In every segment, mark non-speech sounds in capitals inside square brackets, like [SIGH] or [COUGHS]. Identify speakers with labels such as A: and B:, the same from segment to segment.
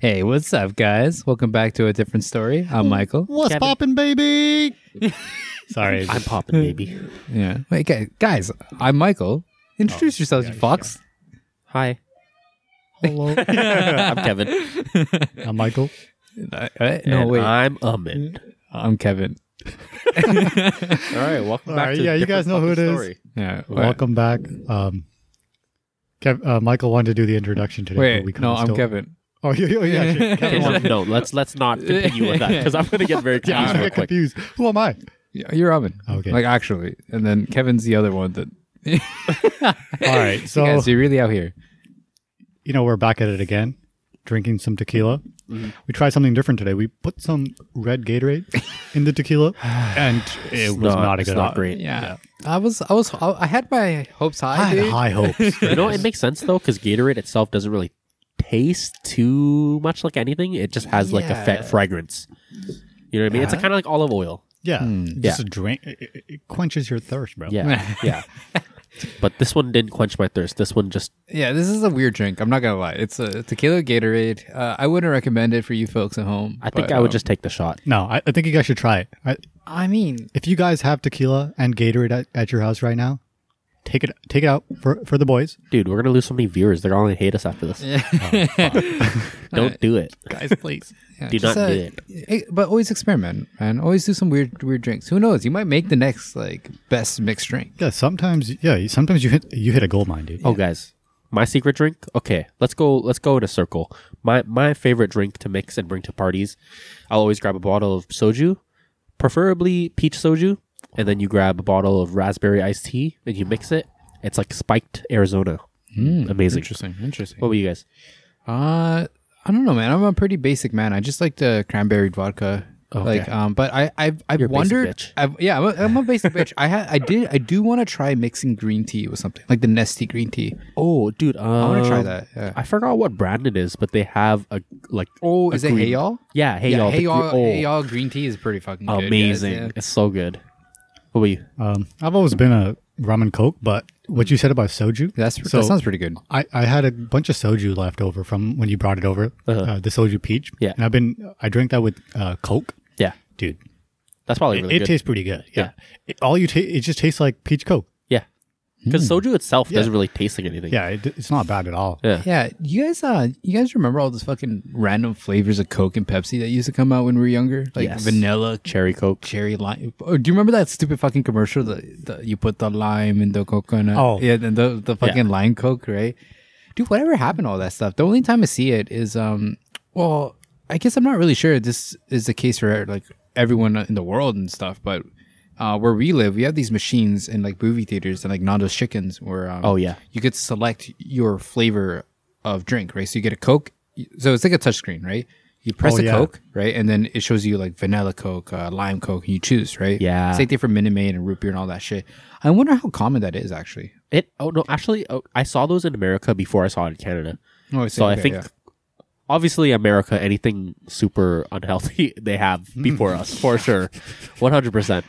A: Hey, what's up, guys? Welcome back to a different story. I'm Michael.
B: What's
C: Kevin.
B: poppin', baby?
A: Sorry,
C: I'm popping, baby.
A: yeah. Wait, gu- guys, I'm Michael. Introduce yourselves, you fox.
C: Hi,
B: Hello.
C: [LAUGHS] I'm Kevin.
B: I'm Michael.
A: Uh, uh, no,
C: And
A: wait,
C: I'm Amin.
A: I'm Kevin.
C: All right, welcome
B: All right, yeah, you guys know who it is.
A: Yeah, wait,
B: Welcome back. Um, Kev, uh, Michael wanted to do the introduction today. but
A: Wait,
B: kinda
A: no, I'm
B: still-
A: Kevin.
B: Oh, [LAUGHS] yeah, yeah, yeah, shit. Kevin wanted-
C: no, let's let's [LAUGHS] not continue with that because I'm going to get very
B: [LAUGHS] yeah,
C: confused
B: I
C: real
B: get
C: quick.
B: confused. Who am I?
A: Yeah, You're Robin.
B: Okay.
A: Like actually, and then Kevin's the other one that.
B: All right, so
A: guys, you're really out here.
B: you know we're back at it again, drinking some tequila. We tried something different today. We put some red Gatorade in the tequila, and it was not, a
C: it's
B: good.
C: not
B: idea.
C: great.
A: Yeah. I was, I was, I, I had my hopes high.
B: I had
A: dude.
B: high hopes.
C: [LAUGHS] You know, it makes sense though because Gatorade itself doesn't really taste too much like anything. It just has like a
A: Yeah.
C: fa- fragrance. You know what I mean? It's kind of like olive oil.
B: Yeah,
C: Yeah.
B: just a drink. It, it- it quenches your thirst, bro.
C: [LAUGHS] Yeah, yeah. But this one didn't quench my thirst. This one just
A: Yeah, this is a weird drink. I'm not gonna lie. It's a tequila Gatorade. Uh, I wouldn't recommend it for you folks at home.
C: I think
A: but,
C: I would
A: um,
C: just take the shot.
B: No, I, I think you guys should try it. I,
A: I mean,
B: if you guys have tequila and Gatorade at, at your house right now, take it take it out for, for the boys.
C: Dude, we're gonna lose so many viewers. They're all gonna hate us after [LAUGHS] this. Oh, Don't do it. [LAUGHS]
B: Guys, please.
A: yeah,
C: Do
A: just,
C: not
A: uh,
C: do it.
A: eh, But always experiment, man. Always do some weird, weird drinks. Who knows? You might make the next like best mixed drink.
B: Yeah, sometimes yeah, you- sometimes you hit you hit a gold mine, dude.
C: Oh, guys, my secret drink. Okay, let's go. Let's go in a circle. My my favorite drink to mix and bring to parties. I'll always grab a bottle of soju, preferably peach soju, and then you grab a bottle of raspberry iced tea and you mix it. It's like spiked Arizona. Amazing.
A: Interesting, interesting.
C: What were you guys?
A: Uh, I don't know, man. I'm a pretty basic man. I just like the cranberry vodka. Like, um, but I, I've, I've
C: You're a basic
A: wondered.
C: bitch.
A: I've, yeah, I'm a, I'm a basic bitch. I had, I did, I do want to try mixing green tea with something like the Nesty green tea.
C: Oh, dude, um, I
A: wanna try that, yeah.
C: I forgot what brand it is, but they have a like.
A: Oh,
C: a
A: is it
C: green-
A: Hey Y'all?
C: Yeah, hey y'all.
A: yeah,
C: the
A: hey y'all,
C: gr- oh,
A: hey y'all, green tea is pretty fucking good, guys,
C: amazing.
A: yeah.
C: It's so good. What were you?
B: Um, I've always been a rum and coke, but what you said about soju,
A: That's
B: So-
A: that sounds pretty good.
B: I, I had a bunch of soju left over from when you brought it over, uh the soju peach.
C: Uh-huh. Yeah.
B: and I've been I drink that with uh, coke,
C: Yeah,
B: dude.
C: that's probably
B: It,
C: really
B: it
C: good.
B: tastes pretty good. Yeah,
C: Yeah.
B: It, all you ta- it just tastes like peach coke.
C: Yeah. Because soju itself doesn't really taste like anything.
B: Yeah, it, it's not bad at all.
C: Yeah.
A: Yeah, you guys, uh, you guys remember all those fucking random flavors of Coke and Pepsi that used to come out when we were younger, like
C: Yes.
A: vanilla,
C: Cherry Coke.
A: cherry lime. Oh, do you remember that stupid fucking commercial that, that you put the lime in the coconut?
B: Oh.
A: yeah, and the the fucking lime coke, right? Dude, whatever happened to all that stuff? The only time I see it is, um, well, I guess I'm not really sure. This is the case for like everyone in the world and stuff, but. Uh, where we live, we have these machines in like movie theaters and like Nando's Chickens, where um,
C: Oh, yeah.
A: you could select your flavor of drink, right? So you get a Coke, so it's like a touchscreen, right? You press
B: Oh,
A: a
B: yeah.
A: Coke, right? And then it shows you like vanilla Coke, uh, lime Coke, and you choose, right?
C: Yeah.
A: Same thing for Minute Maid and root beer and all that shit. I wonder how common that is actually.
C: It. Oh no, actually, oh, I saw those in America before I saw it in Canada.
A: Oh,
C: So I think, obviously, America, anything super unhealthy [LAUGHS] they have before us for sure, one hundred percent.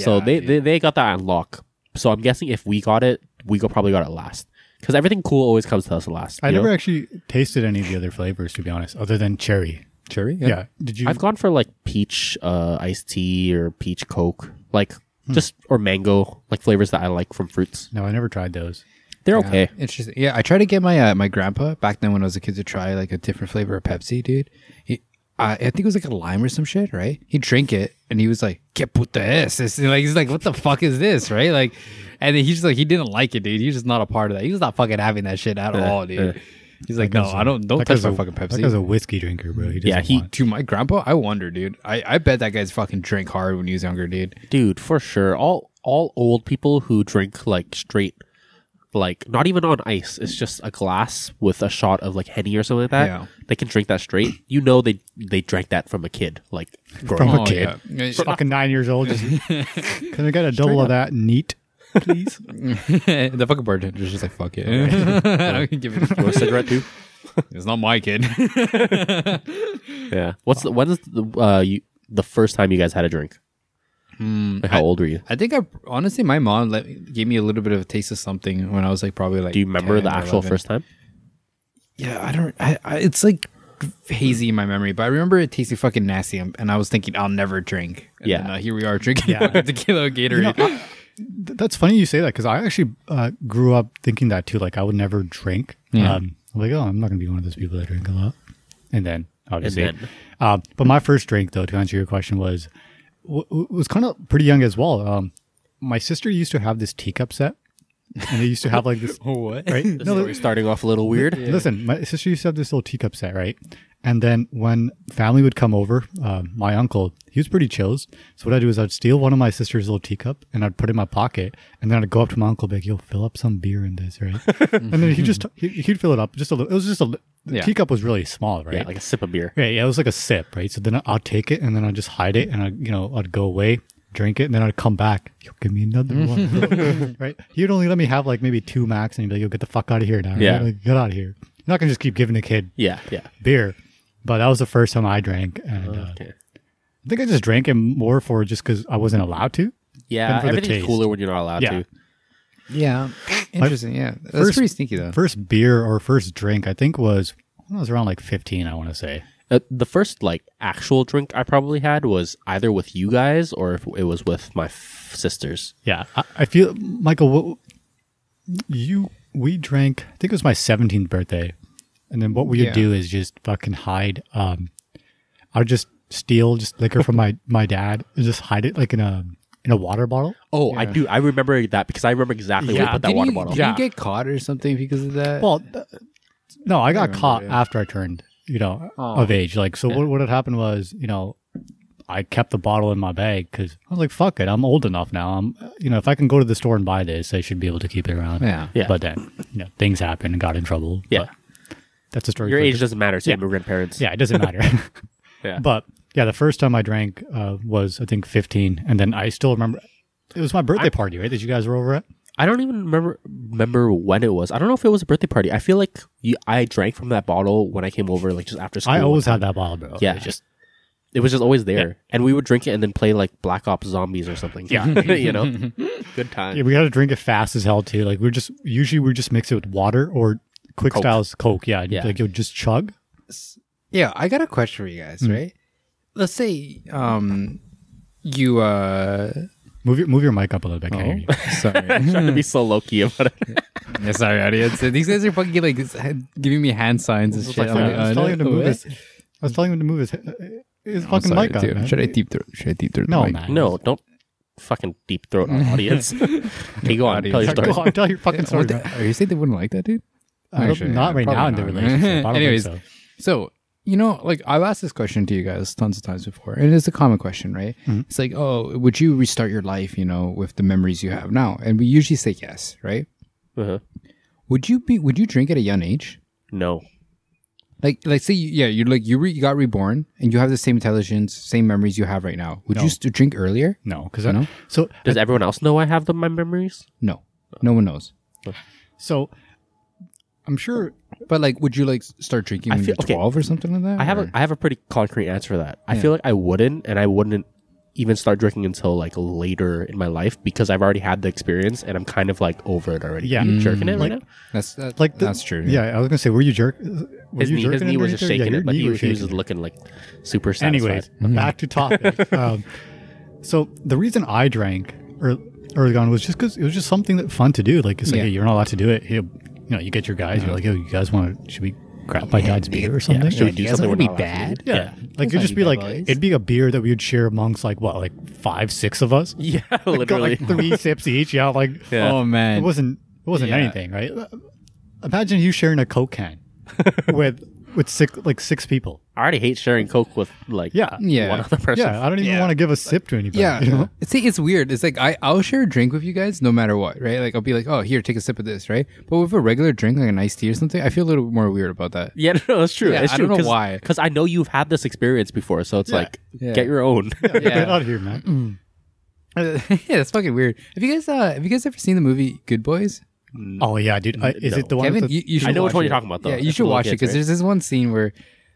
C: So
A: Yeah,
C: they, they they got that on lock. So I'm guessing if we got it, we go probably got it last because everything cool always comes to us last.
B: I
C: you know?
B: never actually tasted any of the other flavors, to be honest, other than cherry.
A: cherry.
B: Yeah. Did you?
C: I've gone for like peach uh, iced tea or peach Coke, like just or mango, like flavors that I like from fruits.
B: no, I never tried those.
C: They're okay.
A: Interesting. Yeah, I tried to get my uh, my grandpa back then when I was a kid to try like a different flavor of Pepsi, dude. He, I, I think it was like a lime or some shit, right? He'd drink it and he was like, "Que puta es?" It's like he's like, "What the fuck is this?" Right? Like, and then he's just like, he didn't like it, dude. He's just not a part of that. He was not fucking having that shit at
B: Uh,
A: all, dude. He's like, "No, I don't don't touch
B: guy's
A: my
B: a-
A: fucking
B: That guy's
A: Pepsi."
B: a whiskey drinker, bro. He doesn't
C: Yeah, he-
B: want-
A: To my grandpa, I wonder, dude. I, I bet that guy's fucking drank hard when he was younger, dude.
C: dude for sure all all old people who drink like straight like not even on ice it's just a glass with a shot of like henny or something like that
A: Yeah.
C: they can drink that straight you know they they drank that from a kid like growing
B: From
C: up.
B: a kid.
A: Oh, yeah.
B: He's fucking nine years old. Just, can I get a double of that neat, please?
A: [LAUGHS] the fucking bartender's just like, "Fuck it." [LAUGHS] I can give it.
C: Or a cigarette too
A: It's not my kid. [LAUGHS]
C: yeah what's the when's the uh you the first time you guys had a drink like how old were you
A: I think I honestly, my mom let, gave me a little bit of a taste of something when I was like probably like.
C: do you remember
A: 10
C: the
A: or
C: actual
A: 11.
C: first time
A: Yeah, I don't. I, I, it's like hazy in my memory, but I remember it tasted fucking nasty, and and I was thinking I'll never drink. And
C: Yeah.
A: then, uh, here we are drinking [LAUGHS]
B: Yeah.
A: tequila Gatorade.
B: Th- That's funny you say that because I actually uh, grew up thinking that too. Like I would never drink.
A: Yeah.
B: Um, I'm like, oh, I'm not going to be one of those people that drink a lot. And then obviously,
C: then.
B: Um, but my first drink though, to answer your question, was w- w- was kind of pretty young as well. Um, my sister used to have this teacup set, and they used to have like this.
A: what?
B: Right?
C: This
B: No,
C: story's starting off a little weird.
B: Listen, my sister used to have this little teacup set, right? And then when family would come over, uh, my uncle, he was pretty chills. So what I'd do is I'd steal one of my sister's little teacup and I'd put it in my pocket. And then I'd go up to my uncle, be like, yo, fill up some beer in this,
C: [LAUGHS]
B: right? and then he just, he, he'd fill it up just a little. It was just a, li- the
A: Yeah.
B: teacup was really small, right?
C: Yeah, like a sip of beer.
B: Right. Yeah, it was like a sip, right? So then I'll take it and then I'll just hide it and I, you know, I'd go away, drink it, and then I'd come back. Yo, give me
A: [LAUGHS]
B: another one. right. He'd only let me have like maybe two max and he'd be like, yo, get the fuck out of here now. right?
C: Yeah.
B: Like, get out of here. You're not going to just keep giving a kid
C: Yeah, yeah.
B: beer. But that was the first time I drank. And uh,
C: Okay.
B: I think I just drank it more for just because I wasn't allowed to.
C: Yeah,
B: for the
C: everything's
B: taste.
C: cooler when you're not allowed
B: Yeah.
C: to.
A: Yeah, interesting. Yeah, that's
B: First-
A: pretty sneaky though.
B: First beer or first drink, I think was when I was around like 15, I want to say.
C: Uh, the first like actual drink I probably had was either with you guys or if it was with my f- sisters.
B: Yeah, I, I feel Michael. What, you we drank. I think it was my seventeenth birthday, and then what we would
A: Yeah.
B: do is just fucking hide. Um, I would just steal just liquor from my my dad and just hide it like in a in a water bottle.
C: Oh, I do. I remember that because I remember exactly where
B: Yeah.
C: you put that
A: Did
C: water
A: you,
C: bottle.
A: Did you get caught or something because of that? [LAUGHS]
B: Well, th- no, I got
A: remember,
B: caught
A: yeah.
B: after I turned you know
A: Oh.
B: of age. Like so, what what had happened was you know. I kept the bottle in my bag because I was like, "Fuck it, I'm old enough now. I'm, you know, if I can go to the store and buy this, I should be able to keep it around."
A: yeah.
C: Yeah.
B: But then, you know, things happened and got in trouble.
C: Yeah.
B: But that's a story.
C: Your
B: for a
C: age
B: different-
C: doesn't matter to
B: Yeah.
C: immigrant parents.
B: Yeah, it doesn't matter.
C: [LAUGHS]
B: [LAUGHS]
C: Yeah.
B: But yeah, the first time I drank uh, was, I think, 15. And then I still remember it was my birthday party, right? That you guys were over at?
C: I don't even remember remember when it was. I don't know if it was a birthday party. I feel like you, I drank from that bottle when I came over, like just after school.
B: I always had that bottle, bro.
C: Yeah.
B: It [LAUGHS] just,
C: it was just always there, and we would drink it and then play like Black Ops Zombies or something. Yeah, [LAUGHS] you know, good time.
B: yeah, we got to drink it fast as hell, too. Like, we're just, usually we just mix it with water or quick
C: Coke.
B: styles Coke. Yeah. And
C: Yeah.
B: Like, you'll just chug.
A: Yeah, I got a question for you guys,
B: Hmm.
A: right? Let's say um you uh [LAUGHS]
B: Move your, move your mic up a little bit. I
C: Oh.
B: can't hear
C: [LAUGHS]
B: you.
A: sorry.
C: [LAUGHS] Trying to be so low key about it.
A: yeah, sorry, audience. These guys are fucking like giving me hand signs and shit.
B: I
A: I'm like,
B: was
A: uh,
B: telling him to
A: no,
B: move
A: what?
B: his, I was telling him to move his, uh, his
A: I'm
B: fucking
A: Oh, sorry,
B: mic up.
A: dude.
B: man.
A: Should I deep throat? Should I deep throat? the
B: No,
A: mic?
B: man.
C: No, don't fucking deep throat our
B: [LAUGHS]
C: audience. okay, go on, tell
A: Audience.
C: your story.
B: Go on, tell your fucking
A: What
B: story.
A: the-
B: bro.
A: are you saying they wouldn't like that, dude?
B: I don't-
A: Actually,
B: not
A: yeah,
B: right now in
A: probably
B: the
A: not.
B: relationship. I don't
A: Anyways,
B: think so.
A: So, you know, like I've asked this question to you guys tons of times before, and it's a common question, right?
B: Mm-hmm.
A: It's like, oh, would you restart your life, you know, with the memories you have now? And we usually say yes, right?
C: Uh-huh.
A: Would you be? Would you drink at a young age?
C: No,
A: Like, like say, you, yeah, you're like you, re, you got reborn, and you have the same intelligence, same memories you have right now. Would you st- drink earlier?
B: No, because
A: You know?
B: I so
C: does everyone else know I have the, my memories?
A: No, no one knows.
B: so I'm sure
A: But like, would you like s- start drinking
C: I
A: when
C: feel-
A: you're
C: okay.
A: twelve or something like that?
C: I have
A: or-
C: a, I have a pretty concrete answer for that. I feel like I wouldn't, and I wouldn't even start drinking until like later in my life because I've already had the experience and I'm kind of like over it already.
B: Yeah. Mm,
C: you jerking it
B: Like-
C: right now.
A: That's that,
B: like the-
A: that's true.
B: Yeah, I was gonna say, were you jerk? Were
C: His
B: you
C: knee, his
B: jerking
C: knee was
B: underneath
C: just
B: there? Yeah,
C: shaking
B: your
C: it, but
B: knee
C: he,
B: was
C: he
B: shaking
C: was just
B: it.
C: looking like super satisfied.
B: Anyways, [LAUGHS] back to
C: [LAUGHS]
B: topic. um, so the reason I drank ear- early on was just because it was just something that fun to do. Like it's like
A: Yeah.
B: hey, you're not allowed to do it. Hey, you know, you get your guys.
C: Uh-huh.
B: You're like, oh, you guys want to? Should we grab my dad's beer or something?
C: should we do
A: you guys
C: something
A: wanna
C: we're
A: be
C: not allowed
A: bad?
C: to do? Yeah.
B: Like it'd
A: not
B: just
A: you
B: be
A: bad
B: like
A: boys.
B: it'd be a beer that we would share amongst like what like five six of us.
C: Yeah,
B: Got
C: [LAUGHS] literally.
B: like three sips each. Yeah, like
C: Yeah.
A: Oh
B: it
A: man,
B: wasn't it wasn't
A: Yeah.
B: anything, right? Imagine you sharing a coke
C: [LAUGHS]
B: can with with six like six people.
C: I already hate sharing coke with like
B: [LAUGHS] Yeah,
A: Yeah.
C: one other person.
B: yeah. I don't even
A: Yeah.
B: want to give a sip to anybody.
A: Yeah.
B: [LAUGHS] you know?
A: [LAUGHS] See, it's weird. It's like I, I'll share a drink with you guys no matter what, right? Like I'll be like, oh, here, take a sip of this, right? But with a regular drink, like an iced tea or something, I feel a little more weird about that.
C: Yeah, [LAUGHS] no, that's true.
A: Yeah,
C: that's
A: I
C: true.
A: don't know
C: Cause,
A: why.
C: Because I know you've had this experience before, so it's like
A: Yeah.
C: get your own.
B: Get
A: Yeah. Mm.
B: out of here, man.
A: [LAUGHS] yeah, it's fucking weird. Have you guys, uh, have you guys ever seen the movie Good Boys?
B: Oh yeah, dude. I, is it the one? with
A: Kevin,
B: the,
A: you, you should
C: I know
A: watch
C: which one
A: it.
C: you're talking about, though.
A: Yeah, you
C: It's
A: should
C: the little
A: watch it
C: kids,
A: because
C: right?
A: there's this one scene where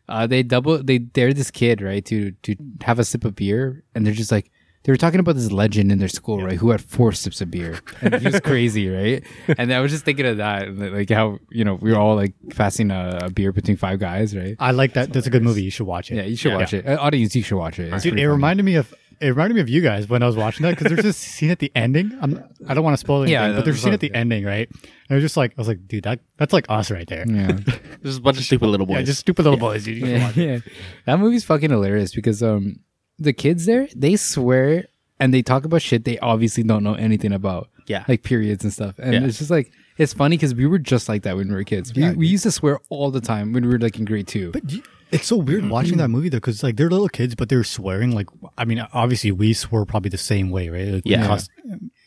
A: uh, they double they dare this kid right to to have a sip of beer, and they're just like, They were talking about this legend in their school, right? Who had four sips of
C: [LAUGHS]
A: beer, and he was crazy, right? And I was just thinking of that, and that, like how you know we were all like passing a, a beer between five guys, right?
B: I like that. That's a good movie. You should watch it.
A: Yeah, you should watch it. Uh, audience, you should watch it. It's
B: Dude,
A: pretty
B: it
A: funny.
B: reminded me of it reminded me of you guys when I was watching that because there's this scene at the ending. I'm, I don't want to spoil anything,
A: Yeah,
B: but there's a
A: that's
B: scene at
A: okay.
B: the ending, right? And I was just like, I was like, dude, that that's like us right there.
A: Yeah.
C: [LAUGHS] There's a bunch of stupid little boys.
B: Yeah, just stupid little boys. Dude, you should watch it.
A: Mm. [LAUGHS] yeah. That movie's fucking hilarious because um the kids there, they swear and they talk about shit they obviously don't know anything about.
C: Yeah.
A: Like periods and stuff. And
C: Yeah.
A: it's just like it's funny because we were just like that when we were kids. We, we used to swear all the time when we were like in grade two.
B: But you- it's so weird
C: Mm-hmm.
B: watching that movie though, because like they're little kids, but they're swearing. Like, I mean, obviously we swore probably the same way, right? Like, we
C: Yeah.
B: cussed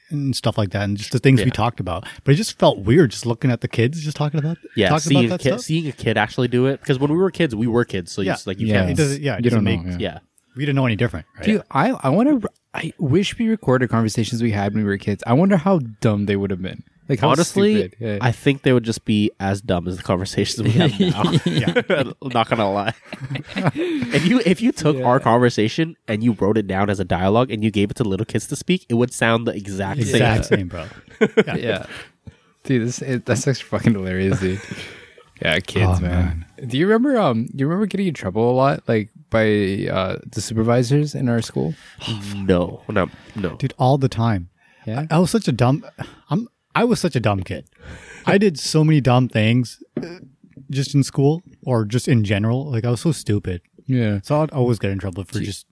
B: and stuff like that, and just the things we
C: Yeah.
B: talked about. But it just felt weird just looking at the kids, just talking about
C: yeah,
B: talking about
C: seeing a,
B: that
C: kid,
B: stuff.
C: seeing a kid actually do it because when we were kids, we were kids, so you
B: Yeah.
C: just, like you
A: Yeah.
B: it
C: can't.
B: doesn't. Yeah, it
A: You
B: doesn't
A: don't
B: make.
A: know,
C: Yeah,
B: We didn't know any different, right?
A: Dude, I I want to. I wish we recorded conversations we had when we were kids. I wonder how dumb they would have been. Like how
C: honestly,
A: stupid. Yeah.
C: I think they would just be as dumb as the conversations we
A: [LAUGHS]
C: have now. [LAUGHS] I'm not gonna lie. if you if you took our conversation and you wrote it down as a dialogue and you gave it to little kids to speak, it would sound the exact same.
B: exact same, bro.
A: yeah. [LAUGHS] Dude, this it, that's actually fucking hilarious, dude. Yeah, kids,
B: Oh,
A: man. Do you remember um you remember getting in trouble a lot like by uh the supervisors in our school?
C: No, no, no.
B: dude all the time
A: Yeah?
B: I, I was such a dumb i'm i was such a dumb kid i did so many dumb things uh, just in school or just in general like i was so stupid
A: Yeah.
B: so i'd always get in trouble for just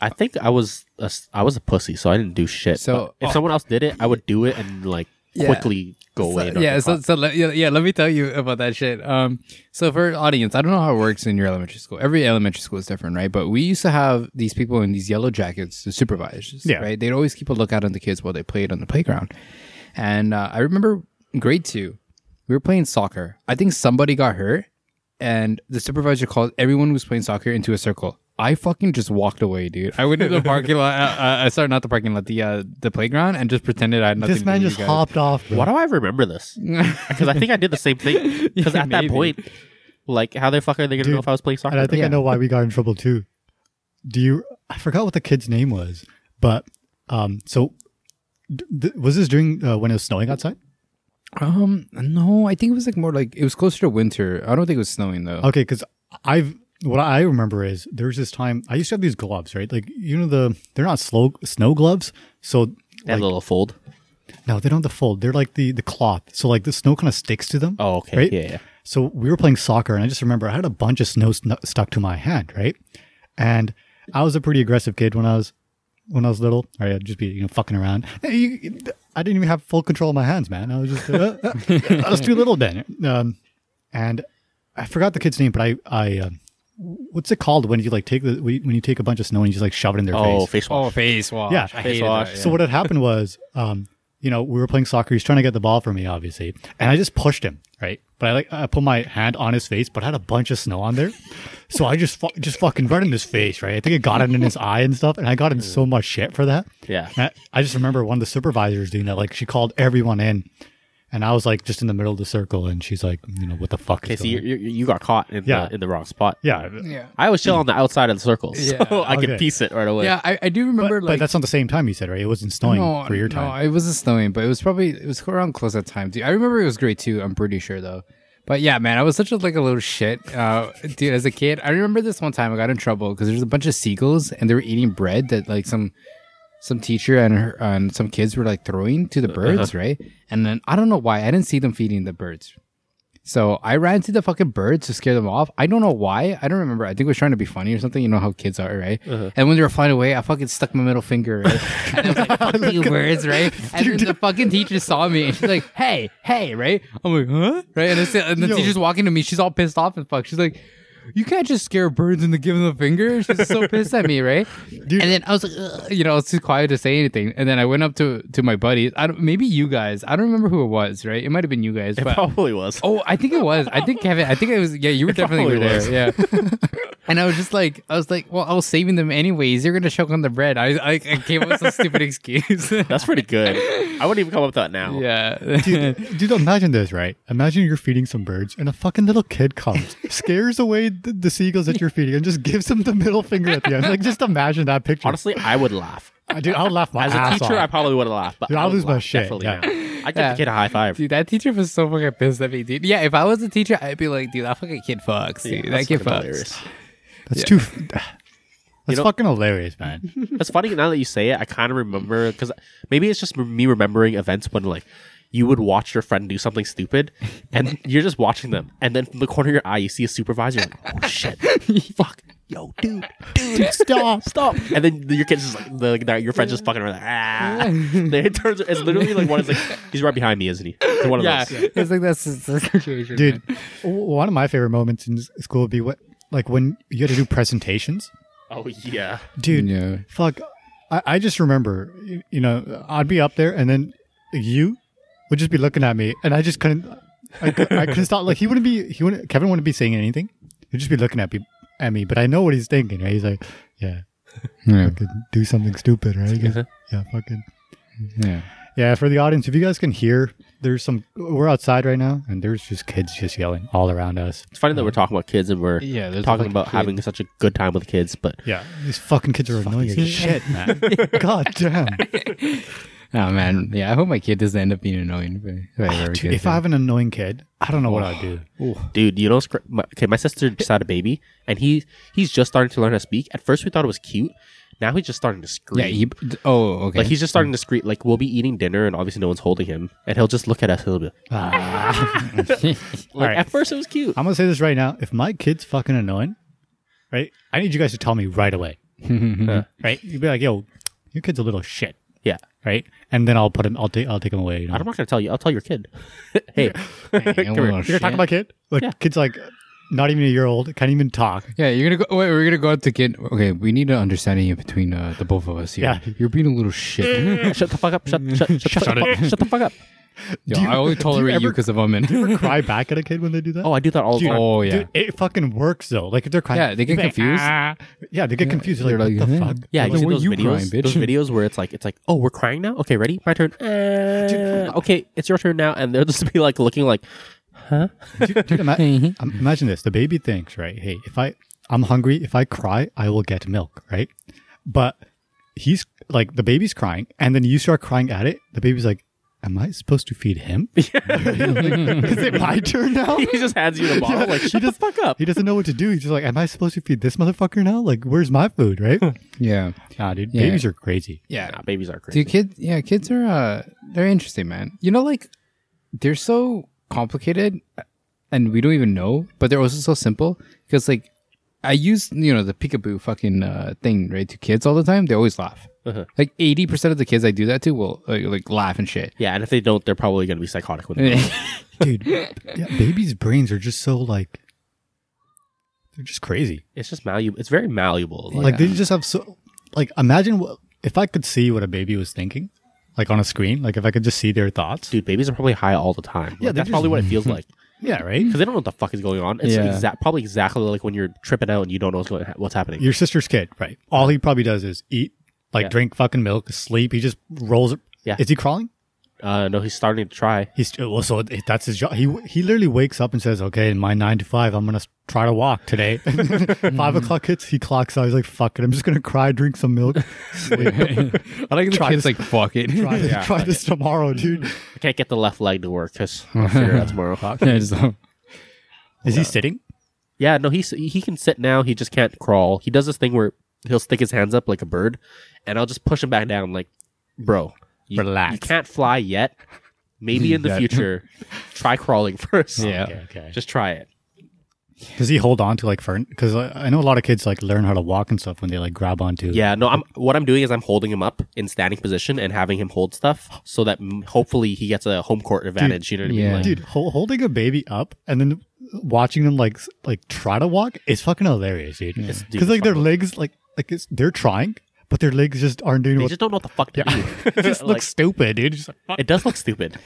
C: I think I was a s I was a pussy, so I didn't do shit.
A: So- oh.
C: But if someone else did it, I would do it and like
A: Yeah.
C: quickly go away. and not
A: yeah,
C: get
A: so,
C: caught.
A: so let, yeah, yeah, let me tell you about that shit. Um, so for audience, I don't know how it works in your elementary school. Every elementary school is different, right? But we used to have these people in these yellow jackets, the supervisors,
B: Yeah.
A: right? They'd always keep a lookout on the kids while they played on the playground. And uh, I remember in grade two, we were playing soccer. I think somebody got hurt, and the supervisor called everyone who was playing soccer into a circle. I fucking just walked away, dude. I went to the parking lot. Uh, uh, sorry, not the parking lot, the uh, the playground, and just pretended I had nothing.
B: this man
A: to do
B: just
A: guys.
B: hopped off bro.
C: Why do I remember
A: [LAUGHS]
C: this? Because I think I did the same thing. Because at
A: Maybe.
C: that point, like, how the fuck are they gonna know if I was playing soccer?
B: and i think
A: Yeah.
B: i know why we got in trouble too do you i forgot what the kid's name was but um so d- th- was this during uh, when it was snowing outside
A: Um, no, I think it was like more like it was closer to winter. I don't think it was snowing though.
B: Okay, because I've what I remember is there was this time I used to have these gloves, right? Like you know the they're not slow snow gloves, so
C: that little fold.
B: no, they don't have the fold. They're like the the cloth, so like the snow kind of sticks to them.
C: Oh, okay.
B: right?
C: Yeah, yeah.
B: So we were playing soccer, and I just remember I had a bunch of snow sn- stuck to my hand, right? And I was a pretty aggressive kid when I was when I was little. All right, I'd just be you know fucking around. Hey, you- I didn't even have full control of my hands, man. I was just uh, uh, I was too little then. Um, and I forgot the kid's name, but I I um, what's it called when you like take the when you when you take a bunch of snow and you just like shove it in their
C: Oh,
B: face?
C: face wash.
A: Oh, face wash.
B: Yeah,
A: I
B: face
A: hated
C: wash.
A: that, yeah.
B: So what had happened was, um, you know, we were playing soccer. He's trying to get the ball from me, obviously, and I just pushed him, right? But I like I put my hand on his face, but I had a bunch of snow on there, so I just fu- just fucking right in his face, right? I think it got it in his eye and stuff, and I got in so much shit for that.
C: Yeah.
B: And I, I just remember one of the supervisors doing that. Like she called everyone in, and I was like just in the middle of the circle, and she's like, you know, what the fuck
C: Okay,
B: is
C: so you,
B: going? on?
C: you, you got caught in
B: Yeah.
C: the in the wrong spot.
B: Yeah,
A: yeah.
C: I was chill on the outside of the circle, [LAUGHS] so
A: Yeah,
C: I could
B: okay.
C: piece it right away.
A: Yeah, I, I do
B: but,
A: remember
B: but
A: like
B: that's not the same time you said, right? It wasn't snowing
A: no,
B: for your
A: no,
B: time.
A: it wasn't snowing, but it was probably it was around close that time. Dude, I remember it was great too. I'm pretty sure though. But yeah, man, I was such a like a little shit, uh, dude. As a kid, I remember this one time I got in trouble because there was a bunch of seagulls and they were eating bread that like some some teacher and her, and some kids were like throwing to the birds, right? And then I don't know why I didn't see them feeding the birds. So I ran to the fucking birds to scare them off. I don't know why. I don't remember. I think I was trying to be funny or something. You know how kids are, right? And when they were flying away, I fucking stuck my middle finger. Right? and I was like, "Fuck you, birds!" Right? And then the fucking teacher saw me and she's like, "Hey, hey!" Right? I'm like, "Huh?" Right? And, I said, and the
B: Yo.
A: teacher's walking to me. She's all pissed off and fuck. She's like. You can't just scare birds into giving them a finger. She's so pissed at me, right? And then I was like, Ugh, you know, I was too quiet to say anything. And then I went up to to my buddies. I don't, maybe you guys. I don't remember who it was, right? It might have been you guys. but
C: [LAUGHS] Probably was.
A: Oh, I think it was. I think Kevin. I think it was. Yeah, you were definitely
C: probably
A: there.
C: was.
A: Yeah. and I was just like, I was like, well, I was saving them anyways. You're gonna choke on the bread. I I, I came up with some stupid excuse. [LAUGHS]
C: That's pretty good. I wouldn't even come up with that now.
A: yeah.
C: [LAUGHS]
B: dude, dude, imagine this, right? Imagine you're feeding some birds, and a fucking little kid
C: [LAUGHS]
B: comes, scares away the, the seagulls that you're feeding, and just gives them the middle finger at the end. Like, just imagine that picture.
C: Honestly, I would laugh.
B: I dude, I'll laugh my
C: As a
B: ass
C: teacher, I
B: off.
C: probably would have laughed, but
B: Dude,
C: I
B: I'll
C: would
B: lose my
C: laugh,
B: shit,
C: definitely
B: yeah.
C: now. I give
A: Yeah.
C: the kid a high five.
A: Dude, that teacher was so fucking pissed at me, dude. Yeah, if I was a teacher, I'd be like, dude, that fucking kid fucks,
C: Yeah,
A: dude. that
C: that's
A: kid
C: fucking
A: fucks.
C: hilarious.
B: That's too. f- [SIGHS] That's
C: know-
B: fucking hilarious, man.
C: [LAUGHS] That's funny. Now that you say it, I kind of remember because maybe it's just me remembering events when like you would watch your friend do something stupid,
A: [LAUGHS]
C: and you're just watching them, and then from the corner of your eye, you see a supervisor. You're like, oh shit,
A: [LAUGHS]
C: fuck, yo, dude, dude,
B: Stop.
C: stop! And then your kid's just like, the, the- your friend's just fucking around. Like,
A: [LAUGHS]
C: ah, then it turns. It's literally like one is like he's right behind me, isn't he? It's one of
A: Yeah,
C: those.
A: [LAUGHS] it's like that's the situation,
B: dude w- one of my favorite moments in s- school would be what like when you had to do presentations
C: Oh yeah.
B: dude
A: Yeah.
B: fuck I, I just remember y- you know i'd be up there and then you would just be looking at me and i just couldn't i, cou- I couldn't stop like he wouldn't be he wouldn't kevin wouldn't be saying anything he'd just be looking at me at me but i know what he's thinking right he's like yeah
A: Yeah.
B: fucking do something stupid right yeah fucking
A: yeah.
B: yeah for the audience if you guys can hear there's some we're outside right now and there's just kids just yelling all around us
C: It's funny that we're talking about kids and we're
A: Mm. Yeah, there's a
C: talking
A: fucking
C: about
A: kid.
C: having such a good time with kids, but
B: Yeah, these fucking kids are annoying as shit, [LAUGHS] man. God damn.
A: Oh man, yeah. I hope my kid doesn't end up being annoying. If I, ever
B: Dude,
A: get
B: if
A: there.
B: I have an annoying kid, I don't know what I'd do.
C: dude you know what's cr- my, okay
A: [LAUGHS]
C: my sister just had a baby and he he's just starting to learn how to speak at first we thought it was cute now he's just starting to scream
A: yeah. He, oh, okay.
C: like he's just starting to scream like we'll be eating dinner and obviously no one's holding him and he'll just look at us and he'll be like, "Ah."
A: [LAUGHS]
C: like
B: right.
C: at first it was cute
B: I'm gonna say this right now. If my kid's fucking annoying, right, I need you guys to tell me right
A: [LAUGHS]
B: away. [LAUGHS] right, you'd be like, "Yo, your kid's a little shit,"
C: yeah
B: right? And then I'll put him. I'll take. I'll take him away. You know?
C: i'm not gonna tell you i'll tell your kid [LAUGHS]
A: [LAUGHS]
C: hey
A: Dang,
C: here.
A: little
B: You're
A: shit.
B: talking about kid. Like, kid's like not even a year old, can't even talk.
A: Yeah, you're gonna go. Wait, we're gonna go out to kid. Okay, we need an understanding between uh, the both of us. Here.
B: Yeah.
A: you're being a little shit.
C: shut the fuck up shut, shut, shut, shut, the, fuck, shut the fuck up
A: [LAUGHS] Yo, I [LAUGHS] only tolerate you
B: ever-
A: because of women. [LAUGHS]
B: Cry back at a kid when they do that.
C: oh i do that all the time
A: oh yeah,
B: Dude, it fucking works though. Like if they're crying,
A: Yeah, they get
B: they're like,
A: confused.
B: "Ah." Yeah, they get confused. They're
A: They're
B: like,
A: like,
B: what the
A: "Yeah."
B: fuck?
C: Yeah, you
A: Like,
C: see
A: where
C: those
A: you
C: videos,
A: crying, bitch?
C: those videos where it's like it's like, oh, we're crying now. Okay, ready? My turn. Uh, okay, it's your turn now, and they'll just be like looking like, [LAUGHS]
B: dude, dude, ima- um, imagine this. The baby thinks, right? Hey, if I I'm hungry, if I cry, I will get milk, right? But he's like the baby's crying, and then you start crying at it. The baby's like, "Am I supposed to feed him? [LAUGHS] Is it my turn now?"
C: he just
A: [LAUGHS]
C: hands you the bottle. like, shut the fuck up.
B: He doesn't know what to do. He's just like, "Am I supposed to feed this motherfucker now? Like, where's my food?" Right?
A: yeah,
B: nah, dude,
A: Yeah.
B: babies are crazy.
A: yeah.
C: Nah, babies are crazy.
A: Dude, kids, yeah, kids are uh, they're interesting, man. You know, like they're so complicated, and we don't even know, but they're also so simple because, like, I use you know the peekaboo fucking uh, thing right to kids all the time. They always laugh.
C: Uh-huh.
A: Like eighty percent of the kids I do that to will like, like laugh and [LAUGHS] shit.
C: yeah, and if they don't, they're probably gonna be psychotic with it.
A: yeah,
B: dude. yeah, babies' brains are just so like they're just crazy.
C: It's just malleable. It's very malleable. Like,
B: Like they just have so like imagine what if I could see what a baby was thinking, like on a screen. Like if I could just see their thoughts.
C: dude, babies are probably high all the time. Like,
B: Yeah, they're
C: that's probably
B: just-
C: what it
A: [LAUGHS]
C: feels like
B: Yeah, right.
C: because they don't know what the fuck is going on. It's
A: Yeah.
C: exact, probably exactly like when you're tripping out and you don't know what's going, what's happening.
B: Your sister's kid, right? All he probably does is eat, like
C: Yeah.
B: drink fucking milk, sleep. He just rolls.
C: Yeah.
B: Is he crawling?
C: Uh, no, he's starting to try.
B: He's well, so it- that's his job. He he literally wakes up and says, "Okay, in my nine to five, I'm gonna s- try to walk today." [LAUGHS]
C: Mm.
B: five o'clock hits, he clocks out. He's like, "Fuck it, I'm just gonna cry, drink some
C: [LAUGHS]
B: milk, sleep."
A: I like the [LAUGHS]
B: Try
A: kids like
B: this-
A: fuck it.
B: try,
A: yeah,
B: [LAUGHS] try this tomorrow,
C: [LAUGHS]
B: dude.
C: I can't get the left leg to
A: [LAUGHS]
C: work because I'll figure it out tomorrow.
A: just, um,
B: Is he sitting?
C: Yeah, no, he's he can sit now. He just can't crawl. He does this thing where he'll stick his hands up like a bird, and I'll just push him back down. Like, bro, you,
B: Relax.
C: You can't fly yet. Maybe in the
A: [LAUGHS] Yeah.
C: future, try crawling [LAUGHS] first.
A: yeah.
B: okay.
C: just try it.
B: Does he hold on to like fern? Because I, I know a lot of kids like learn how to walk and stuff when they like grab onto.
C: Yeah, no, I'm what I'm doing is I'm holding him up in standing position and having him hold stuff so that mm, hopefully he gets a home court advantage. you know what I mean?
A: yeah.
C: Like,
B: dude, hol- holding a baby up and then watching them like s- like try to walk is fucking hilarious, dude. Because
C: dude,
B: like their legs, like like it's, they're trying, but their legs just aren't doing
C: they
B: what.
C: just don't know what the fuck
A: [LAUGHS]
C: to do. [LAUGHS]
B: it [LAUGHS] just looks stupid, dude. Just like, fuck.
C: it does look stupid.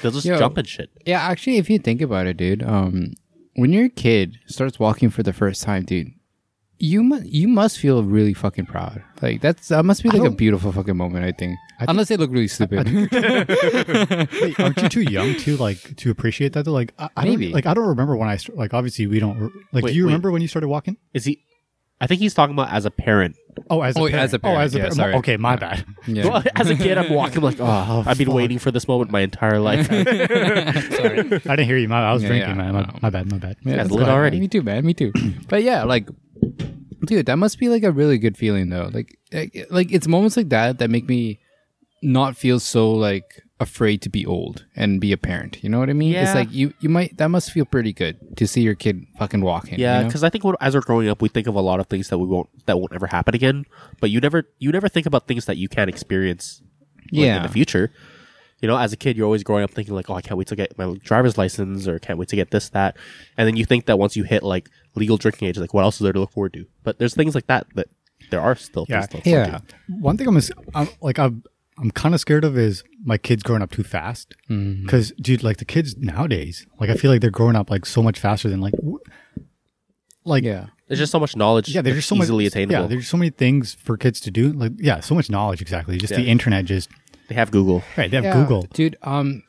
C: They'll just
A: Yo.
C: jump and shit.
A: Yeah, actually, if you think about it, dude, um, when your kid starts walking for the first time, dude, you must you must feel really fucking proud. Like that's that must be like a
B: don't-
A: beautiful fucking moment. I think, unless they look really stupid. [LAUGHS]
B: Wait, aren't you too young to like to appreciate that? Though, like I, I
A: Maybe.
B: don't like I don't remember when I st- like obviously we don't re- like.
C: Wait,
B: do you
C: wait.
B: remember when you started walking?
C: Is he? I think he's talking about as a parent
B: Oh, as a
A: Oh,
B: parent.
A: as a parent.
B: Oh, as a
A: Yeah,
B: parent.
A: sorry.
B: Okay, my bad. [LAUGHS]
A: Yeah.
C: [LAUGHS] Well, as a kid, I'm walking like, oh, I've been
B: fuck.
C: waiting for this moment my
B: [LAUGHS]
C: entire life.
B: I didn't hear you. My, I was
A: Yeah,
B: drinking,
A: yeah.
B: man. My, my bad. My bad.
A: Yeah,
C: That's
A: that's
C: lit
A: fine.
C: already.
A: Me too, man. Me too. but yeah, like, dude, that must be like a really good feeling though. Like, like, like, it's moments like that that make me not feel so like afraid to be old and be a parent. You know what I mean?
C: Yeah.
A: It's like you, you might that must feel pretty good to see your kid fucking walking.
C: yeah,
A: you know?
C: because I think when, as we're growing up, we think of a lot of things that we won't that won't ever happen again. But you never you never think about things that you can't experience. like, in
A: Yeah.
C: the future. You know, as a kid, you're always growing up thinking like, "Oh, I can't wait to get my driver's license," or "Can't wait to get this, that," and then you think that once you hit like legal drinking age, like, what else is there to look forward to? But there's things like that that there are still
B: Yeah.
C: things to look forward
A: yeah,
B: One thing I'm, as- I'm like I'm I'm kind of scared of is my kids growing up too fast.
A: Mm-hmm.
B: Because dude, like the kids nowadays, like I feel like they're growing up like so much faster than like, w- like
A: yeah.
C: to. There's just so much knowledge.
B: yeah. There's
C: that's
B: just so
C: easily
B: much
C: attainable.
B: Yeah, there's so many things for kids to do. Like yeah, so much knowledge exactly. Just the
C: Yeah.
B: internet, just
C: they have Google.
B: right. They have
A: Yeah,
B: Google.
A: dude. Um,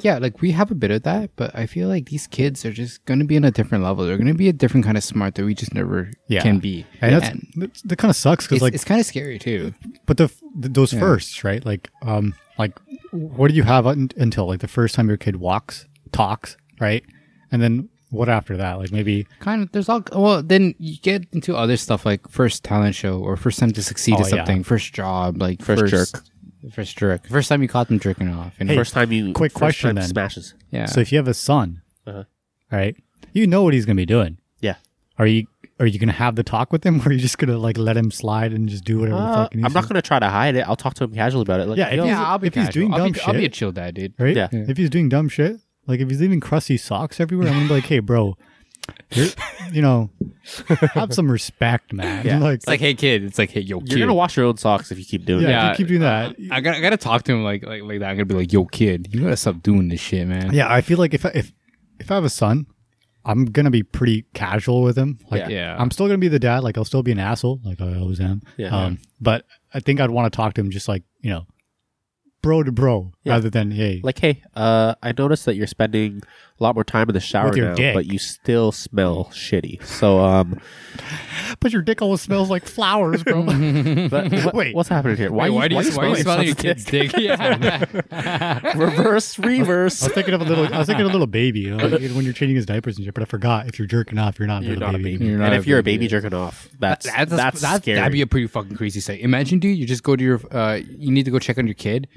A: yeah, like we have a bit of that, but I feel like these kids are just going to be on a different level. They're going to be a different kind of smart that we just never
B: Yeah,
A: can be.
B: And that's,
A: And
B: that's that kind of sucks because
A: it's,
B: like
A: it's kind of scary too.
B: but the, the those firsts, right? Like, um, like what do you have un- until like the first time your kid walks, talks, right? And then what after that? Like maybe
A: kind of there's all well then you get into other stuff like first talent show or first time to succeed
B: Oh,
A: at
B: yeah.
A: something first job like
C: First
A: first,
C: jerk.
A: first jerk first time you caught them jerking off you know?
C: first time you
B: quick
C: first
B: question
C: time
B: then.
C: smashes.
A: yeah
B: so if you have a son,
C: Uh-huh.
B: all right, you know what he's gonna be doing.
C: Yeah,
B: Are you are you gonna have the talk with him, [LAUGHS] or are you just gonna like let him slide and just do whatever the
C: Uh,
B: fuck? He
C: I'm
B: needs
C: not
B: to-
C: gonna try to hide it. I'll talk to him casually about it. Like,
B: Yeah, if
C: yo,
B: he's-
A: yeah I'll be
B: if he's
A: casual.
B: doing
A: I'll be,
B: dumb
A: I'll be a
B: shit-
A: chill dad dude
B: Right?
C: Yeah.
B: If he's doing dumb shit, like if he's leaving crusty socks everywhere, I'm gonna be like, hey, bro, you're,
A: [LAUGHS]
B: you know, have some respect, man. [LAUGHS]
C: Yeah.
B: Like,
A: it's like hey kid it's like hey yo kid
C: you're gonna wash your own socks if you keep doing
B: yeah,
C: it.
B: if
A: yeah,
B: you keep doing that.
A: I gotta, I gotta talk to him like like like that. I'm gonna be like, "Yo, kid, you gotta stop doing this shit, man."
B: Yeah, I feel like if I- if if I have a son, I'm gonna be pretty casual with him. Like,
C: Yeah.
A: Yeah.
B: I'm still gonna be the dad. Like, I'll still be an asshole, like I always am.
C: Yeah.
B: Um, but I think I'd want to talk to him just like you know, bro to bro,
C: Yeah.
B: rather than hey,
C: Like, hey, uh, I noticed that you're spending a lot more time in the shower
B: With your
C: now,
B: dick.
C: but you still smell shitty. So,
B: [LAUGHS]
C: um,
B: but your dick always smells like flowers, bro.
C: [LAUGHS]
B: [LAUGHS]
C: but, what-
B: Wait.
C: what's happening here?
A: Why, why do you, why are you smelling your
C: your
A: kid's dick? [LAUGHS] Yeah.
C: [LAUGHS]
B: [LAUGHS]
C: dick? Reverse,
B: I
C: reverse.
B: was thinking of a little. I was thinking of a little baby you know, like, when you're changing his diapers and shit. But I forgot if you're jerking off, you're not a
C: You're
B: little
C: not a
B: baby.
C: baby.
A: You're not
C: and
A: a
C: if you're a baby
A: baby.
C: jerking off, that's that's,
A: that's
C: scary.
A: That'd be a pretty fucking crazy sight. Imagine, dude, you just go to your, uh, you need to go check on your kid,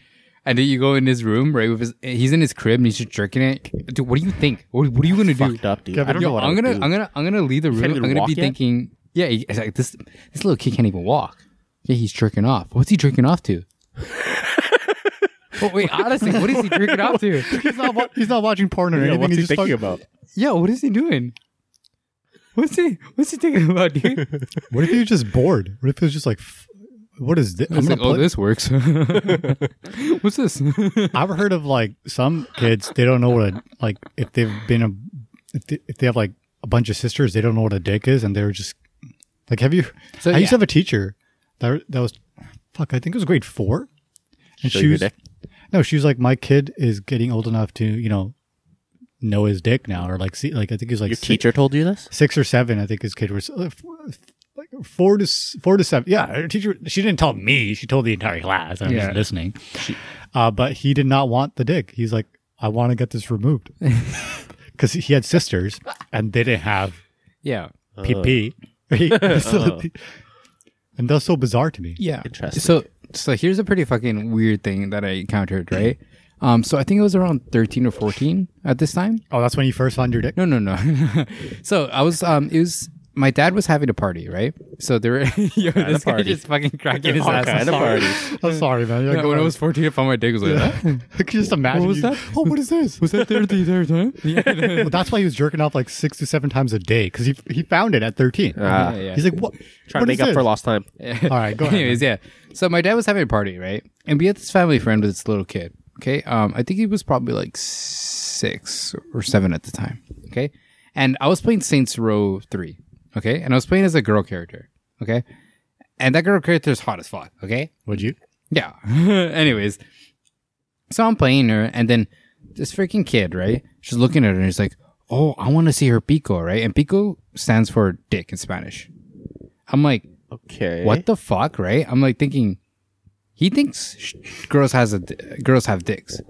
A: and then you go in his room, right? With his, he's in his crib and he's just jerking it. Dude, what do you think? What, what are you gonna do?
C: fucked up, dude.
B: Kevin,
C: I don't
B: yo,
C: know what
A: I'm
C: would
A: gonna,
C: do.
A: I'm gonna, I'm gonna leave the room.
C: even
A: I'm gonna
C: walk
A: be
C: yet?
A: thinking, yeah, it's like this, this little kid can't even walk. Yeah, he's jerking off. What's he jerking off to? oh, wait, honestly, what is he jerking off to?
B: He's not. wa- He's not watching porn or
C: Yeah,
B: anything.
C: what's he
B: he's just
C: thinking
B: fucking-
C: about?
A: Yo, what is he doing? What's he, what's he thinking about, dude?
B: What if he was just bored? What if he was just like, "F- what is this? I'm
A: It's
B: gonna
A: like, oh,
B: play-
A: this works. what's this?
B: I've heard of like some kids they don't know what a like if they've been a if they, if they have like a bunch of sisters they don't know what a dick is and they're just like have you
A: So,
B: I used to
A: yeah.
B: have a teacher that that was fuck I think it was grade 4 and
C: Show
B: she
C: you
B: was
C: your dick.
B: no she was like my kid is getting old enough to you know know his dick now or like see like I think he was like
C: Your
B: si-
C: teacher told you this?
B: 6 or 7 I think his kid was uh, f- like 4 to s- 4 to 7 yeah her teacher she didn't tell me she told the entire class I was
A: Yeah.
B: listening uh, but he did not want the dick. He's like, I want to get
A: [LAUGHS]
B: this removed because he had sisters and they didn't have
A: [LAUGHS] Yeah.
B: [LAUGHS] PP. right? So- [LAUGHS] and that's so bizarre to me.
A: Yeah.
C: Interesting.
A: So so here's a pretty fucking weird thing that I encountered, right? Um so I think it was around 13 or 14 at this time.
B: Oh, that's when you first found your dick.
A: No, no, [LAUGHS] no. so I was um it was my dad was having a party, right? So there were [LAUGHS] yo, this guy
C: party.
A: just fucking cracking his
C: All
A: ass.
C: kind of
A: Sorry.
C: party.
B: [LAUGHS] I'm sorry, man. You're
A: Yeah,
B: like,
A: when I
B: oh,
A: was 14, I found my dick was like, "Huh?
B: I can [LAUGHS] just imagine.
A: What was
B: you-
A: that?
B: Oh, what is this?
A: was that there the entire time? Yeah.
B: Well, that's why he was jerking off like six to seven times a day because he he found it at thirteen.
C: Ah.
A: yeah, yeah.
B: He's like, what?
C: Trying to
B: what
C: make
B: is
C: up
B: this?
C: for lost time.
B: All
A: [LAUGHS]
B: right, go ahead.
A: Anyways, yeah. So my dad was having a party, right? And we had this family friend with this little kid. Okay. Um, I think he was probably like six or seven at the time. Okay. And I was playing Saints Row three. Okay. And I was playing as a girl character. Okay. And that girl character is hot as fuck. Okay.
B: Would you?
A: Yeah. [LAUGHS] Anyways, so I'm playing her, and then this freaking kid, right? She's looking at her and he's like, "Oh, I want to see her pico," right? And pico stands for dick in Spanish. I'm like,
C: Okay.
B: Eh?
A: What the fuck, right? I'm like thinking, he thinks sh- girls has a di- girls have dicks,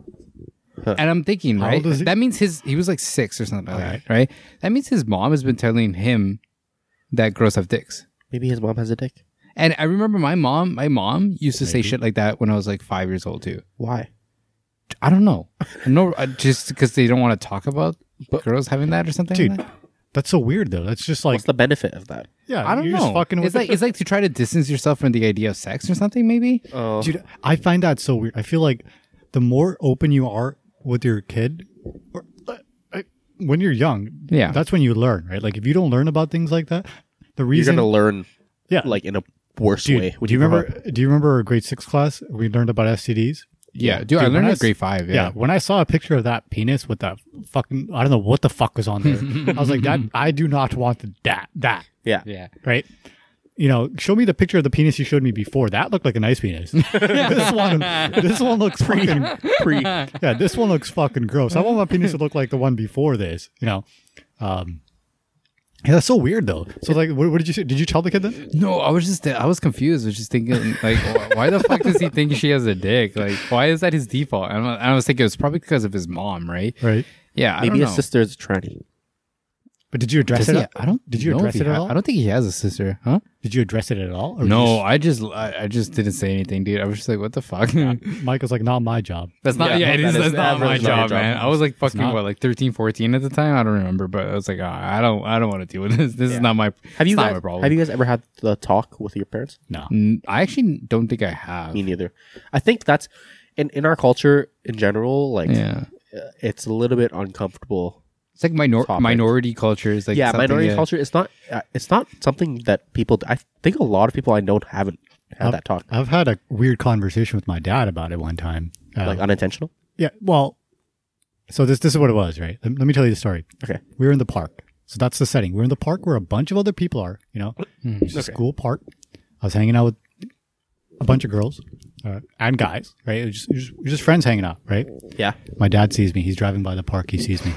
A: and I'm thinking,
B: How
A: right?
B: old is he?
A: That means his he was like six or something like
B: Alright.
A: that, right? That means his mom has been telling him that girls have dicks.
C: Maybe his mom has a dick.
A: And I remember my mom, my mom used to say shit like that when I was like five years old too.
C: Why?
A: I don't know, no, uh, just because they don't want to talk about girls having that or something. like
B: Dude,
A: that?
B: That's so weird though. That's just like
C: What's the benefit of that?
B: yeah.
A: I don't
B: you're
A: know.
B: Just fucking
A: it's
B: with
A: like
B: it.
A: it's like to try to distance yourself from the idea of sex or something. Maybe
C: Oh,
B: dude. I find that so weird. I feel like the more open you are with your kid, or, I- when you're young,
A: Yeah.
B: that's when you learn, right? Like if you don't learn about things like that, the
C: you're
B: reason
C: gonna learn
B: yeah,
C: like in a worse
B: dude,
C: way. when
B: do you
C: grow
B: remember?
C: up.
B: Do you remember our grade six class? We learned about STDs.
A: yeah, dude. I
B: Dude, when
A: learned
B: I
A: at
B: s-
A: grade five.
B: Yeah. when I saw a picture of that penis with that fucking, I don't know what the fuck was on there. I was
A: [LAUGHS]
B: like, that I do not want that. That
C: Yeah.
A: yeah.
B: right? You know, show me the picture of the penis you showed me before. That looked like a nice
A: [LAUGHS]
B: penis. this one, this one looks fucking pre. Yeah, this one looks fucking gross. I want my penis to look like the one before this. You know, um, yeah, that's so weird though. So like, what, what did you say? Did you tell the kid then?
A: No, I was just I was confused. I was just thinking like, wh- why the fuck does he think she has a dick? Like, why is that his default? And I and I was thinking it was probably because of his mom, right?
B: Right.
A: Yeah, I
C: Maybe
A: don't
C: his
A: know.
C: sister is a tranny.
B: But did you address
A: Does
B: it?
A: he-
B: at-
A: I don't.
B: Did you
A: know if
B: address
A: he
B: it at
A: ha-
B: all?
A: I don't think he has a sister, huh?
B: Did you address it at all? Or
A: No, I just I, I just didn't say anything, dude. I was just like, what the fuck?
B: just- Michael's like, not my job.
A: [LAUGHS] That's not, yeah,
C: Yeah,
A: it
C: that
A: is,
C: is-
A: that's not
C: that
A: my
C: is not your
A: job,
C: job.
A: man. I was like fucking,
B: not.
A: what, like 13, 14 at the time? I don't remember, but I was like, ah, I don't, I don't want to deal with this. This is not my,
C: Have you
A: it's not
C: guys?
A: my problem.
C: Have you guys ever had the talk with your parents?
B: No.
A: Mm, I actually don't think I have.
C: Me neither. I think that's in in our culture in general. Like,
A: Yeah.
C: uh, it's a little bit uncomfortable.
A: It's like minor-
C: Topic.
A: minority culture is like,
C: yeah,
A: something
C: minority
A: that-
C: culture. It's not. Uh, it's not something that people. I think a lot of people I know haven't had
B: I've-
C: that talk.
B: I've had a weird conversation with my dad about it one time. Uh,
C: like unintentional.
B: Yeah. Well, so this this is what it was, right? Let, let me tell you the story.
C: Okay.
B: We were in the park. So that's the setting. We We're in the park where a bunch of other people are, you know,
C: Hmm.
B: it's a school park. I was hanging out with a bunch of girls uh, and guys, right? It was just, it was just, it was just friends hanging out, right?
C: Yeah.
B: My dad sees me. He's driving by the park. He sees me.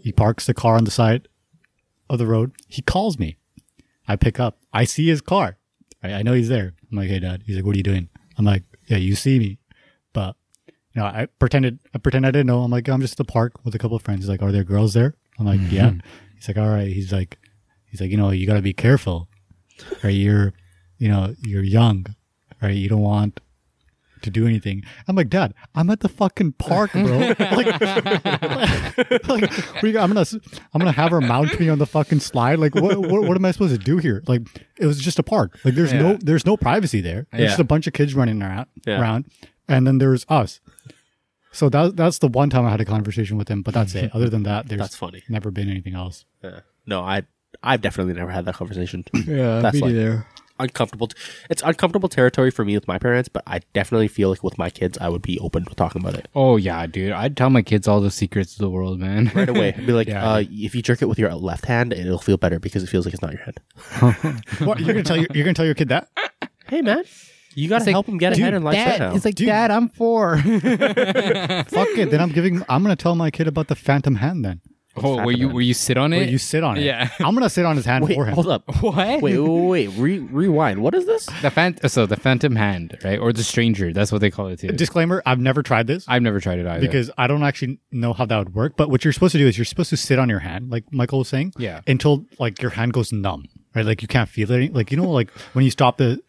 B: He parks the car on the side of the road. He calls me. I pick up. I see his car. I, I know he's there. I'm like, hey, dad. He's like, what are you doing? I'm like, yeah, you see me, but you know, I pretended. I pretend I didn't know. I'm like, I'm just at the park with a couple of friends. He's like, are there girls there? I'm like, yeah. He's like, all right. He's like, he's like, you know, you got to be careful. Right? You're, you know, you're young. Right? You don't want to do anything. I'm like, Dad, I'm at the fucking park,
C: [LAUGHS]
B: bro. like, [LAUGHS] like we, I'm gonna, s- I'm gonna have her mount me on the fucking slide. Like, what, what, what am I supposed to do here? Like, it was just a park. Like, there's no, there's no privacy there. There's
A: Yeah.
B: just a bunch of kids running around,
C: Yeah.
B: around, and then there's us. So that, that's the one time I had a conversation with him, but that's
C: [LAUGHS]
B: it. Other than that, there's
C: That's funny.
B: never been anything else.
C: Yeah. No, I I've definitely never had that conversation.
A: [COUGHS] Yeah,
C: That's
A: me
C: like-
A: neither.
C: uncomfortable. It's uncomfortable territory for me with my parents, but I definitely feel like with my kids, I would be open to talking about it
A: Oh, yeah, dude. I'd tell my kids all the secrets of the world, man. [LAUGHS]
C: right away.
B: [LAUGHS]
C: I'd be like,
B: Yeah.
C: uh, if you jerk it with your left hand, it'll feel better because it feels like it's not your hand.
B: What you're gonna tell your, you're gonna tell your kid that?
C: Hey, man, you gotta
A: like,
C: help him get ahead in life somehow.
A: like, Dad, I'm
B: [LAUGHS]
A: four.
B: Fuck it. Then I'm giving. I'm gonna tell my kid about the phantom hand. Then
A: oh, where you, where you sit on it?
B: where you sit on it.
A: Yeah.
B: [LAUGHS] I'm gonna sit on his hand
C: wait,
B: for him.
C: hold up.
B: [LAUGHS]
A: What?
C: Wait, wait, wait. Re- rewind. What is this?
A: The fan- so the phantom hand, right? Or the stranger. That's what they call it, too.
B: Disclaimer: I've never tried this
A: I've never tried it either.
B: because I don't actually know how that would work. But what you're supposed to do is you're supposed to sit on your hand, like Michael was saying,
A: Yeah.
B: until like your hand goes numb, right? Like you can't feel it. any- Like you know, like when you stop the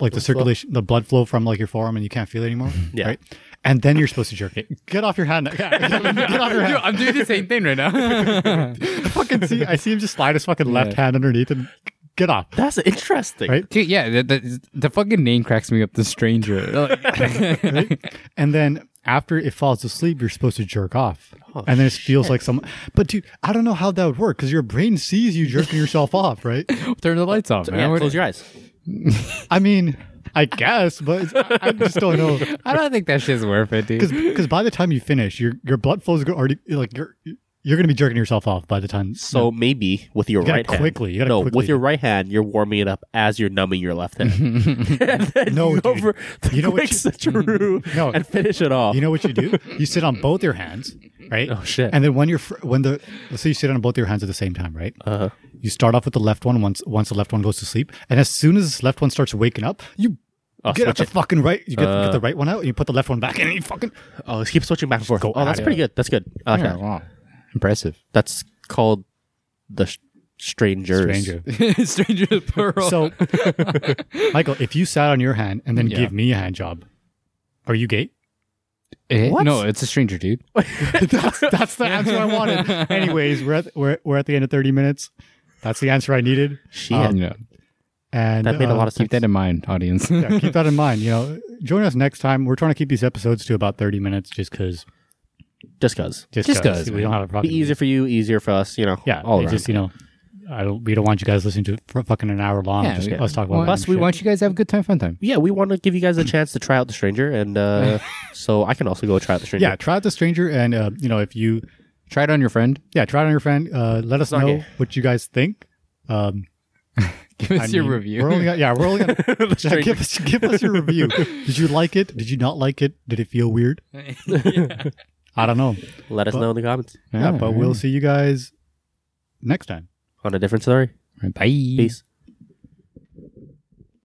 B: like the circulation, the blood flow from like your forearm, and you can't feel it anymore,
C: Yeah.
B: right? And then you're supposed to jerk it. Get off your hand! [LAUGHS] Get off your
A: Dude,
B: hand!
A: I'm doing the same thing right now. [LAUGHS]
B: I fucking see. I see him just slide his fucking left hand underneath and get off.
C: [LAUGHS] That's interesting.
B: Right?
A: Dude, yeah, the, the, the fucking name cracks me up. The
C: [LAUGHS]
A: stranger.
B: and then after it falls asleep, you're supposed to jerk off, and then it feels like some. But dude, I don't know how that would work because your brain sees you jerking yourself off, right?
A: [LAUGHS] Turn the lights off, man.
C: Yeah,
A: We're-
C: close your eyes.
B: I mean, I guess, but it's, I, I just don't know
A: I don't think that shit's worth it, dude.
B: because by the time you finish, your your blood flows go already like your You're going to be jerking yourself off by the time.
C: So maybe with your
B: You gotta
C: right hand.
B: quickly- you gotta
C: no,
B: quickly.
C: with your right hand, you're warming it up as you're numbing your
B: [LAUGHS]
C: left [LAUGHS] hand. And then
B: No,
C: you
B: dude.
C: go for the
B: You know what
C: quick
B: [LAUGHS]
C: switcheroo
B: No.
C: and finish it off.
B: You know what you do? you sit on both your hands, right?
C: Oh, shit.
B: And then when you're fr- when the let's say you sit on both your hands at the same time, right? Uh-huh. You start off with the left one once once the left one goes to sleep, and as soon as this left one starts waking up, you
C: I'll
B: get out
C: switch
B: the
C: it. Uh.
B: fucking right. You get, get the right one out, and you put the left one back, in, and you fucking
C: Oh, just keep switching back and forth.
B: Go
C: Oh, that's
B: at
C: pretty good. That's good. I like
A: Yeah,
C: that.
A: wow. [LAUGHS] Impressive.
C: That's called the sh- strangers. [LAUGHS]
B: stranger.
A: Stranger plural.
B: So, Michael, if you sat on your hand and then
A: Yeah.
B: give me a hand job, are you gay? [LAUGHS]
A: Eh,
C: What?
A: No, it's a stranger, dude.
B: that's, that's the answer I
C: [LAUGHS]
B: wanted. Anyways, we're at we're, we're at the end of thirty minutes. That's the answer I needed,
C: She
A: Yeah.
C: had-
B: and
C: that made a
B: uh,
C: lot of sense.
A: Keep that in mind,
C: [LAUGHS]
A: audience.
B: yeah, keep that in mind. You know, join us next time. We're trying to keep these episodes to about thirty minutes, just because,
C: just cause.
B: just,
A: Just
B: 'cause
A: 'cause,
B: we don't have a problem.
C: Be easier for you, easier for us. You know.
B: yeah,
C: All
B: it's
C: around.
B: just you know, I don't. We don't want you guys listening to it for fucking an hour long.
A: Yeah,
B: just
A: we-
B: us talk about
A: Well,
B: random
A: Plus, we
B: shit.
A: want you guys to have a good time, fun time.
C: yeah, we want to give you guys a chance to try out the stranger,
B: [LAUGHS]
C: and uh, so I can also go try out the stranger.
B: Yeah, try out the stranger, and uh, you know, if you
A: Try it on your friend.
B: yeah, try it on your friend. Uh, let us
C: not
B: know
C: gay.
B: what you guys think. Um,
A: Give us
B: I
A: your
B: mean,
A: review. [LAUGHS]
B: We're only gonna- yeah, we're only gonna, yeah,
C: stranger.
B: give us give us your review. Did you like it? Did you not like it? Did it feel weird?
A: [LAUGHS]
B: I don't know.
C: Let us know in the comments
B: Yeah, but
A: Alright.
B: we'll see you guys next time.
C: on a different story.
A: Bye.
C: Peace.